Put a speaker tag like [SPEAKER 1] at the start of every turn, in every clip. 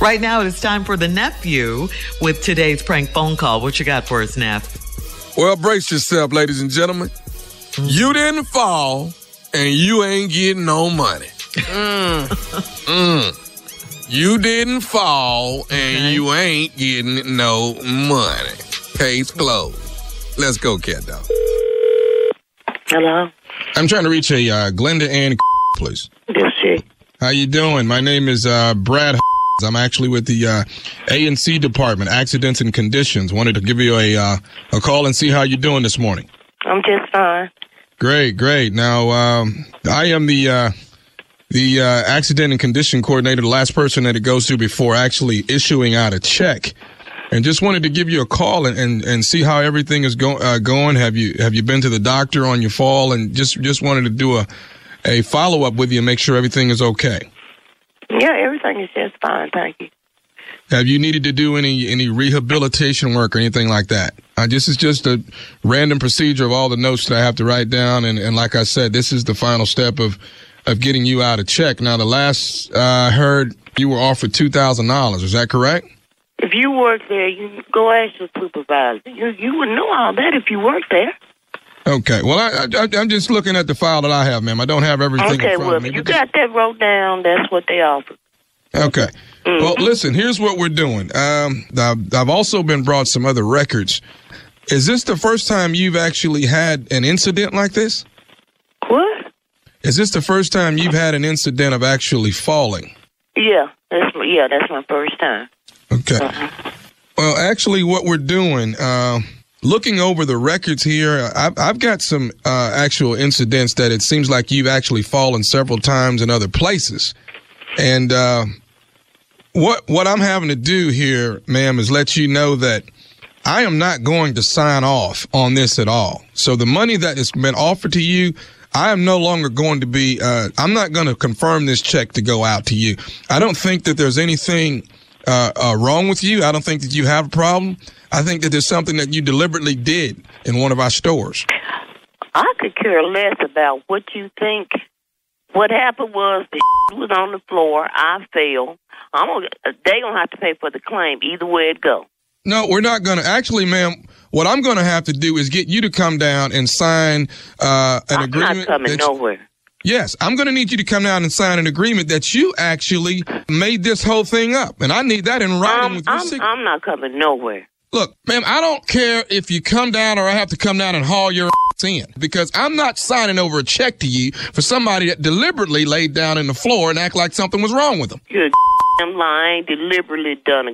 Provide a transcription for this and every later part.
[SPEAKER 1] Right now, it is time for the nephew with today's prank phone call. What you got for us, Neff?
[SPEAKER 2] Well, brace yourself, ladies and gentlemen. You didn't fall, and you ain't getting no money. Mm. Mm. You didn't fall, and you ain't getting no money. Case closed. Let's go, cat dog.
[SPEAKER 3] Hello,
[SPEAKER 2] I'm trying to reach a uh, Glenda Ann, please.
[SPEAKER 3] this she.
[SPEAKER 2] How you doing? My name is uh, Brad. I'm actually with the uh, A and C department, accidents and conditions. Wanted to give you a uh, a call and see how you're doing this morning.
[SPEAKER 3] I'm just fine.
[SPEAKER 2] Great, great. Now, um, I am the uh, the uh, accident and condition coordinator, the last person that it goes to before actually issuing out a check. And just wanted to give you a call and, and, and see how everything is go- uh, going. Have you have you been to the doctor on your fall? And just just wanted to do a a follow up with you and make sure everything is okay.
[SPEAKER 3] Yeah, everything is just fine. Thank you.
[SPEAKER 2] Have you needed to do any any rehabilitation work or anything like that? Uh, this is just a random procedure of all the notes that I have to write down, and, and like I said, this is the final step of of getting you out of check. Now, the last uh, I heard, you were offered two thousand dollars. Is that correct?
[SPEAKER 3] If you work there, you go ask your supervisor. You you would know all that if you worked there.
[SPEAKER 2] Okay. Well, I, I I'm just looking at the file that I have, ma'am. I don't have everything. in
[SPEAKER 3] Okay,
[SPEAKER 2] front
[SPEAKER 3] well,
[SPEAKER 2] of
[SPEAKER 3] if
[SPEAKER 2] me,
[SPEAKER 3] you
[SPEAKER 2] but-
[SPEAKER 3] got that wrote down, that's what they offer.
[SPEAKER 2] Okay.
[SPEAKER 3] Mm-hmm.
[SPEAKER 2] Well, listen, here's what we're doing. Um, I've, I've also been brought some other records. Is this the first time you've actually had an incident like this?
[SPEAKER 3] What?
[SPEAKER 2] Is this the first time you've had an incident of actually falling?
[SPEAKER 3] Yeah, that's my, yeah, that's my first time.
[SPEAKER 2] Okay. Well, actually, what we're doing, uh, looking over the records here, I've, I've got some uh, actual incidents that it seems like you've actually fallen several times in other places. And uh, what what I'm having to do here, ma'am, is let you know that I am not going to sign off on this at all. So the money that has been offered to you, I am no longer going to be. Uh, I'm not going to confirm this check to go out to you. I don't think that there's anything uh, uh, wrong with you. I don't think that you have a problem. I think that there's something that you deliberately did in one of our stores.
[SPEAKER 3] I could care less about what you think. What happened was the was on the floor. I fell. I'm gonna, they gonna have to pay for the claim either way it go.
[SPEAKER 2] No, we're not going to. Actually, ma'am, what I'm going to have to do is get you to come down and sign uh, an
[SPEAKER 3] I'm
[SPEAKER 2] agreement.
[SPEAKER 3] not coming
[SPEAKER 2] that-
[SPEAKER 3] nowhere.
[SPEAKER 2] Yes, I'm going to need you to come down and sign an agreement that you actually made this whole thing up, and I need that in writing
[SPEAKER 3] I'm,
[SPEAKER 2] with your
[SPEAKER 3] Um, I'm,
[SPEAKER 2] sig-
[SPEAKER 3] I'm not coming nowhere.
[SPEAKER 2] Look, ma'am, I don't care if you come down or I have to come down and haul your ass in because I'm not signing over a check to you for somebody that deliberately laid down in the floor and act like something was wrong with them.
[SPEAKER 3] You're a damn lying, deliberately done a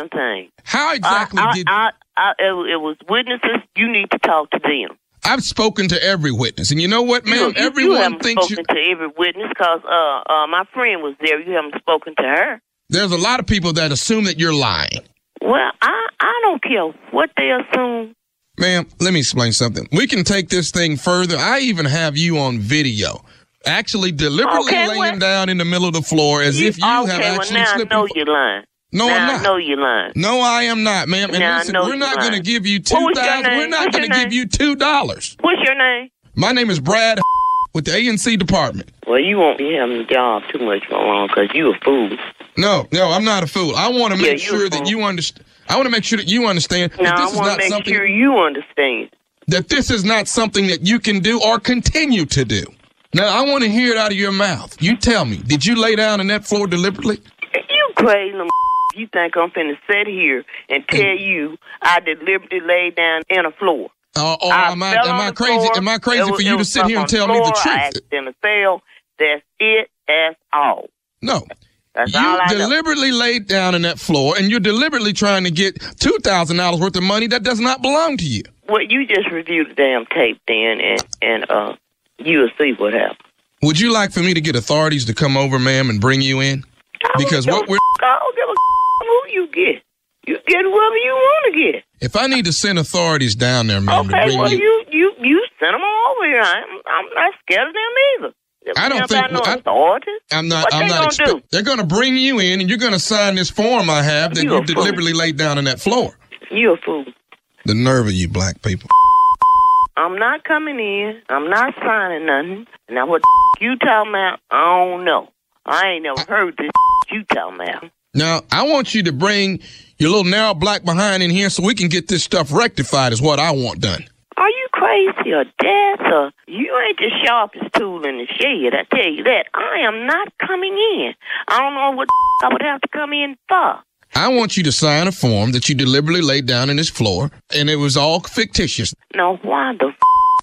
[SPEAKER 3] damn thing.
[SPEAKER 2] How exactly
[SPEAKER 3] I, I,
[SPEAKER 2] did
[SPEAKER 3] I, I, it, it was witnesses. You need to talk to them.
[SPEAKER 2] I've spoken to every witness, and you know what,
[SPEAKER 3] You-
[SPEAKER 2] ma'am?
[SPEAKER 3] you, you
[SPEAKER 2] Everyone
[SPEAKER 3] haven't
[SPEAKER 2] thinks you.
[SPEAKER 3] spoken to every witness because uh, uh, my friend was there. You haven't spoken to her.
[SPEAKER 2] There's a lot of people that assume that you're lying.
[SPEAKER 3] Well, I, I don't care what they assume.
[SPEAKER 2] Ma'am, let me explain something. We can take this thing further. I even have you on video. Actually, deliberately
[SPEAKER 3] Okay,
[SPEAKER 2] laying
[SPEAKER 3] well-
[SPEAKER 2] down in the middle of the floor as if you
[SPEAKER 3] okay,
[SPEAKER 2] have
[SPEAKER 3] well,
[SPEAKER 2] actually
[SPEAKER 3] now
[SPEAKER 2] slipped.
[SPEAKER 3] I know
[SPEAKER 2] and-
[SPEAKER 3] you're lying.
[SPEAKER 2] no,
[SPEAKER 3] now
[SPEAKER 2] I'm
[SPEAKER 3] I
[SPEAKER 2] not.
[SPEAKER 3] know you're lying.
[SPEAKER 2] No, I am not, ma'am. And
[SPEAKER 3] Now I
[SPEAKER 2] listen,
[SPEAKER 3] know
[SPEAKER 2] we're
[SPEAKER 3] you're
[SPEAKER 2] not going to
[SPEAKER 3] lying.
[SPEAKER 2] give you two
[SPEAKER 3] What was your
[SPEAKER 2] thousand.
[SPEAKER 3] name?
[SPEAKER 2] We're not
[SPEAKER 3] What's your
[SPEAKER 2] going to give
[SPEAKER 3] name?
[SPEAKER 2] you two dollars.
[SPEAKER 3] What's your name?
[SPEAKER 2] My name is Brad with the ANC department.
[SPEAKER 3] Well, you won't be having a job too much for long because you a fool.
[SPEAKER 2] No, no, I'm not a fool. I want to
[SPEAKER 3] Yeah,
[SPEAKER 2] make
[SPEAKER 3] you a
[SPEAKER 2] sure that
[SPEAKER 3] fool.
[SPEAKER 2] you understand. I want to make sure that you understand
[SPEAKER 3] Now,
[SPEAKER 2] that
[SPEAKER 3] I
[SPEAKER 2] this is
[SPEAKER 3] want to
[SPEAKER 2] not
[SPEAKER 3] make
[SPEAKER 2] something
[SPEAKER 3] sure you understand.
[SPEAKER 2] that this is not something that you can do or continue to do. Now, I want to hear it out of your mouth. You tell me, did you lay down on that floor deliberately?
[SPEAKER 3] You crazy little you think I'm finna sit here and tell you I deliberately laid down in a floor.
[SPEAKER 2] Or, or am I,
[SPEAKER 3] fell
[SPEAKER 2] am
[SPEAKER 3] on
[SPEAKER 2] I
[SPEAKER 3] the
[SPEAKER 2] crazy?
[SPEAKER 3] floor.
[SPEAKER 2] Am I crazy
[SPEAKER 3] It
[SPEAKER 2] for
[SPEAKER 3] was- it
[SPEAKER 2] you to
[SPEAKER 3] was
[SPEAKER 2] sit here and
[SPEAKER 3] something
[SPEAKER 2] tell
[SPEAKER 3] on
[SPEAKER 2] me the
[SPEAKER 3] floor. I
[SPEAKER 2] truth?
[SPEAKER 3] accidentally fell. That's it. That's all.
[SPEAKER 2] No.
[SPEAKER 3] That's all
[SPEAKER 2] You
[SPEAKER 3] I know.
[SPEAKER 2] deliberately laid down on that floor and you're deliberately trying to get $2,000 worth of money that does not belong to you.
[SPEAKER 3] Well, you just review the damn tape then, and and uh, you'll see what happened.
[SPEAKER 2] Would you like for me to get authorities to come over, ma'am, and bring you in?
[SPEAKER 3] I don't
[SPEAKER 2] Because
[SPEAKER 3] give
[SPEAKER 2] what
[SPEAKER 3] a
[SPEAKER 2] we're
[SPEAKER 3] I don't give a who you get. You get whoever you want to get.
[SPEAKER 2] if I need to send authorities down there, ma'am, to
[SPEAKER 3] Okay,
[SPEAKER 2] bring
[SPEAKER 3] well
[SPEAKER 2] you,
[SPEAKER 3] you you you send them all over here. I'm I'm not scared of them either.
[SPEAKER 2] I don't
[SPEAKER 3] They're
[SPEAKER 2] think-
[SPEAKER 3] not
[SPEAKER 2] I-
[SPEAKER 3] no authorities.
[SPEAKER 2] I'm not.
[SPEAKER 3] what
[SPEAKER 2] I'm
[SPEAKER 3] they
[SPEAKER 2] not.
[SPEAKER 3] gonna do?
[SPEAKER 2] they're going to bring you in, and you're going to sign this form I have that
[SPEAKER 3] You
[SPEAKER 2] you,
[SPEAKER 3] a fool.
[SPEAKER 2] deliberately laid down on that floor.
[SPEAKER 3] You a fool.
[SPEAKER 2] The nerve of you, black people.
[SPEAKER 3] I'm not coming in. I'm not signing nothing. Now what the you talking about? I don't know. I ain't never heard this you talking about.
[SPEAKER 2] Now I want you to bring your little narrow black behind in here so we can get this stuff rectified. Is what I want done.
[SPEAKER 3] Are you crazy or deaf or you ain't the sharpest tool in the shed? I tell you that. I am not coming in. I don't know what the I would have to come in for.
[SPEAKER 2] I want you to sign a form that you deliberately laid down in this floor, and it was all fictitious.
[SPEAKER 3] Now why the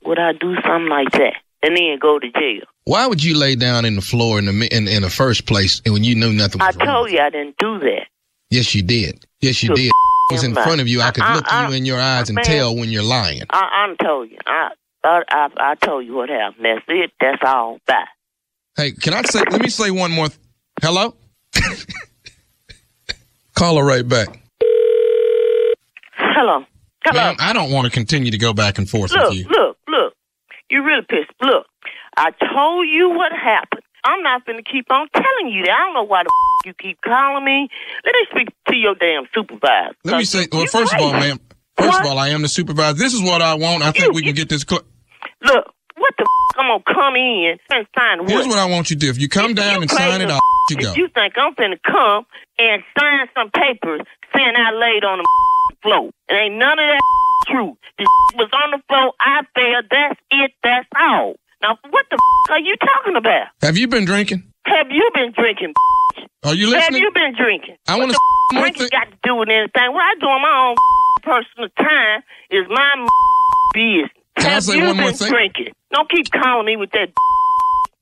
[SPEAKER 3] would I do something like that and then go to jail?
[SPEAKER 2] Why would you lay down in the floor in the mi- in, in the first place and when you knew nothing
[SPEAKER 3] I
[SPEAKER 2] was wrong?
[SPEAKER 3] told you I didn't do that.
[SPEAKER 2] Yes, you did. Yes, you
[SPEAKER 3] Look,
[SPEAKER 2] did. I was in
[SPEAKER 3] man.
[SPEAKER 2] front of you. I could
[SPEAKER 3] I-
[SPEAKER 2] look
[SPEAKER 3] I-
[SPEAKER 2] you in your eyes and
[SPEAKER 3] Uh, man.
[SPEAKER 2] tell when you're lying.
[SPEAKER 3] I, I'm told you. I, I I I told you what happened. That's it. That's all. Bye.
[SPEAKER 2] Hey, can I say? Let me say one more. Th- Hello. Call her right back.
[SPEAKER 3] Hello. Hello.
[SPEAKER 2] Ma'am, I don't want to continue to go back and forth
[SPEAKER 3] look,
[SPEAKER 2] with you.
[SPEAKER 3] look, look. You really pissed. Look, I told you what happened. I'm not going to keep on telling you that. I don't know why the f- you keep calling me. Let me speak to your damn supervisor.
[SPEAKER 2] Let me
[SPEAKER 3] Cause
[SPEAKER 2] say.
[SPEAKER 3] you-
[SPEAKER 2] Well,
[SPEAKER 3] you
[SPEAKER 2] first of all,
[SPEAKER 3] crazy.
[SPEAKER 2] ma'am. First of
[SPEAKER 3] What?
[SPEAKER 2] all, I am the supervisor. This is what I want. I think
[SPEAKER 3] You-
[SPEAKER 2] we can
[SPEAKER 3] you-
[SPEAKER 2] get this. Cl-
[SPEAKER 3] Look, what the f- I'm going to come in and sign what?
[SPEAKER 2] Here's what I want you to do. If you come
[SPEAKER 3] If
[SPEAKER 2] down
[SPEAKER 3] you
[SPEAKER 2] and sign
[SPEAKER 3] crazy
[SPEAKER 2] it,
[SPEAKER 3] as
[SPEAKER 2] I'll you go.
[SPEAKER 3] If you think I'm finna come and sign some papers saying I laid on the floor, it ain't none of that true. The was on the floor. I fell. That's it. That's all. Now, what the are you talking about?
[SPEAKER 2] Have you been drinking?
[SPEAKER 3] Have you been drinking?
[SPEAKER 2] Are you
[SPEAKER 3] Have
[SPEAKER 2] listening?
[SPEAKER 3] you been drinking?
[SPEAKER 2] I want to.
[SPEAKER 3] What
[SPEAKER 2] One
[SPEAKER 3] drinking
[SPEAKER 2] thing.
[SPEAKER 3] got to do with anything? What I do on my own personal time is my business.
[SPEAKER 2] Can I
[SPEAKER 3] Have
[SPEAKER 2] say
[SPEAKER 3] you
[SPEAKER 2] one more
[SPEAKER 3] been
[SPEAKER 2] thing?
[SPEAKER 3] drinking? Don't keep calling me with that.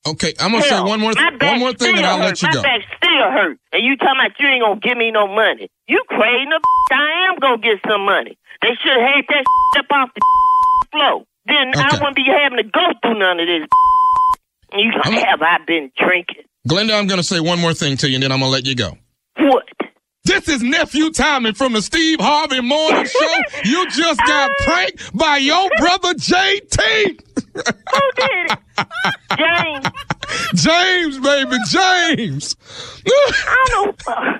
[SPEAKER 2] Okay, I'm gonna say
[SPEAKER 3] Hell,
[SPEAKER 2] one more.
[SPEAKER 3] my
[SPEAKER 2] Th-
[SPEAKER 3] back
[SPEAKER 2] one more thing, and
[SPEAKER 3] still
[SPEAKER 2] I'll
[SPEAKER 3] hurt.
[SPEAKER 2] let you
[SPEAKER 3] my
[SPEAKER 2] go.
[SPEAKER 3] back still hurt, and you talking about you ain't gonna give me no money. You crazy? No, I am gonna get some money. They should have had that up off the floor. Then I
[SPEAKER 2] Okay.
[SPEAKER 3] wouldn't be having to go through none of this. And you
[SPEAKER 2] I'm-
[SPEAKER 3] have I been drinking?
[SPEAKER 2] Glenda, I'm gonna say one more thing to you, and then I'm gonna let you go.
[SPEAKER 3] What?
[SPEAKER 2] This is nephew Tommy from the Steve Harvey Morning Show. You just got pranked by your brother JT.
[SPEAKER 3] Who did it? James.
[SPEAKER 2] James, baby, James.
[SPEAKER 3] I don't know.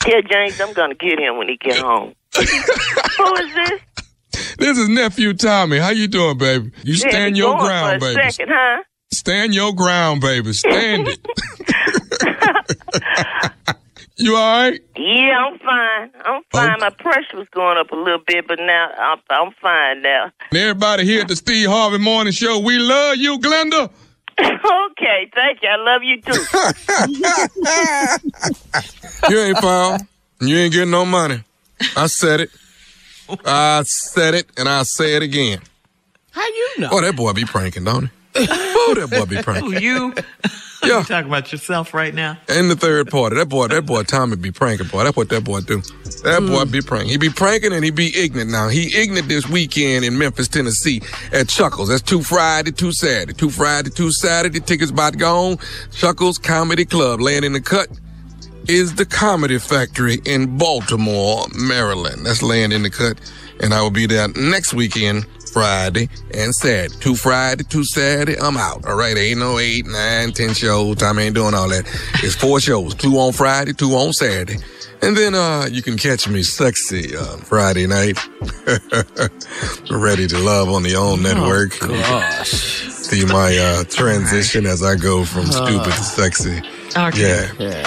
[SPEAKER 3] Tell James I'm gonna get him when he get home. Who is this?
[SPEAKER 2] this is nephew Tommy. How you doing, baby? You
[SPEAKER 3] Had
[SPEAKER 2] stand
[SPEAKER 3] me
[SPEAKER 2] your
[SPEAKER 3] going
[SPEAKER 2] ground,
[SPEAKER 3] for a
[SPEAKER 2] baby.
[SPEAKER 3] Second, huh?
[SPEAKER 2] Stand your ground, baby. Stand it. you all right?
[SPEAKER 3] Yeah, I'm fine. I'm fine. My pressure was going up a little bit, but now I'm, I'm fine now.
[SPEAKER 2] And everybody here at the Steve Harvey Morning Show, we love you, Glenda.
[SPEAKER 3] okay, thank you. I love you too.
[SPEAKER 2] You ain't foul. You ain't getting no money. I said it. I said it, and I say it again.
[SPEAKER 1] How you know?
[SPEAKER 2] Oh, that boy be pranking, don't he? oh, that boy be pranking.
[SPEAKER 1] Who, you
[SPEAKER 2] Yeah,
[SPEAKER 1] talking about yourself right now?
[SPEAKER 2] and the third party. That boy, that boy Tommy be pranking, boy. That's what that boy do. That boy be pranking. He be pranking and he be ignorant now. He ignorant this weekend in Memphis, Tennessee at Chuckles. That's two Friday, two Saturday. Two Friday, two Saturday. Tickets about gone. Chuckles Comedy Club. Laying in the cut is the Comedy Factory in Baltimore, Maryland. That's laying in the cut. And I will be there next weekend, Friday and Saturday. Two Friday, two Saturday, I'm out. All right, ain't no eight, nine, ten shows. Time ain't doing all that. It's four shows. Two on Friday, two on Saturday. And then uh you can catch me sexy uh, Friday night. Ready to love on the own network. See my uh transition as I go from stupid to sexy.
[SPEAKER 1] Okay.
[SPEAKER 2] Yeah.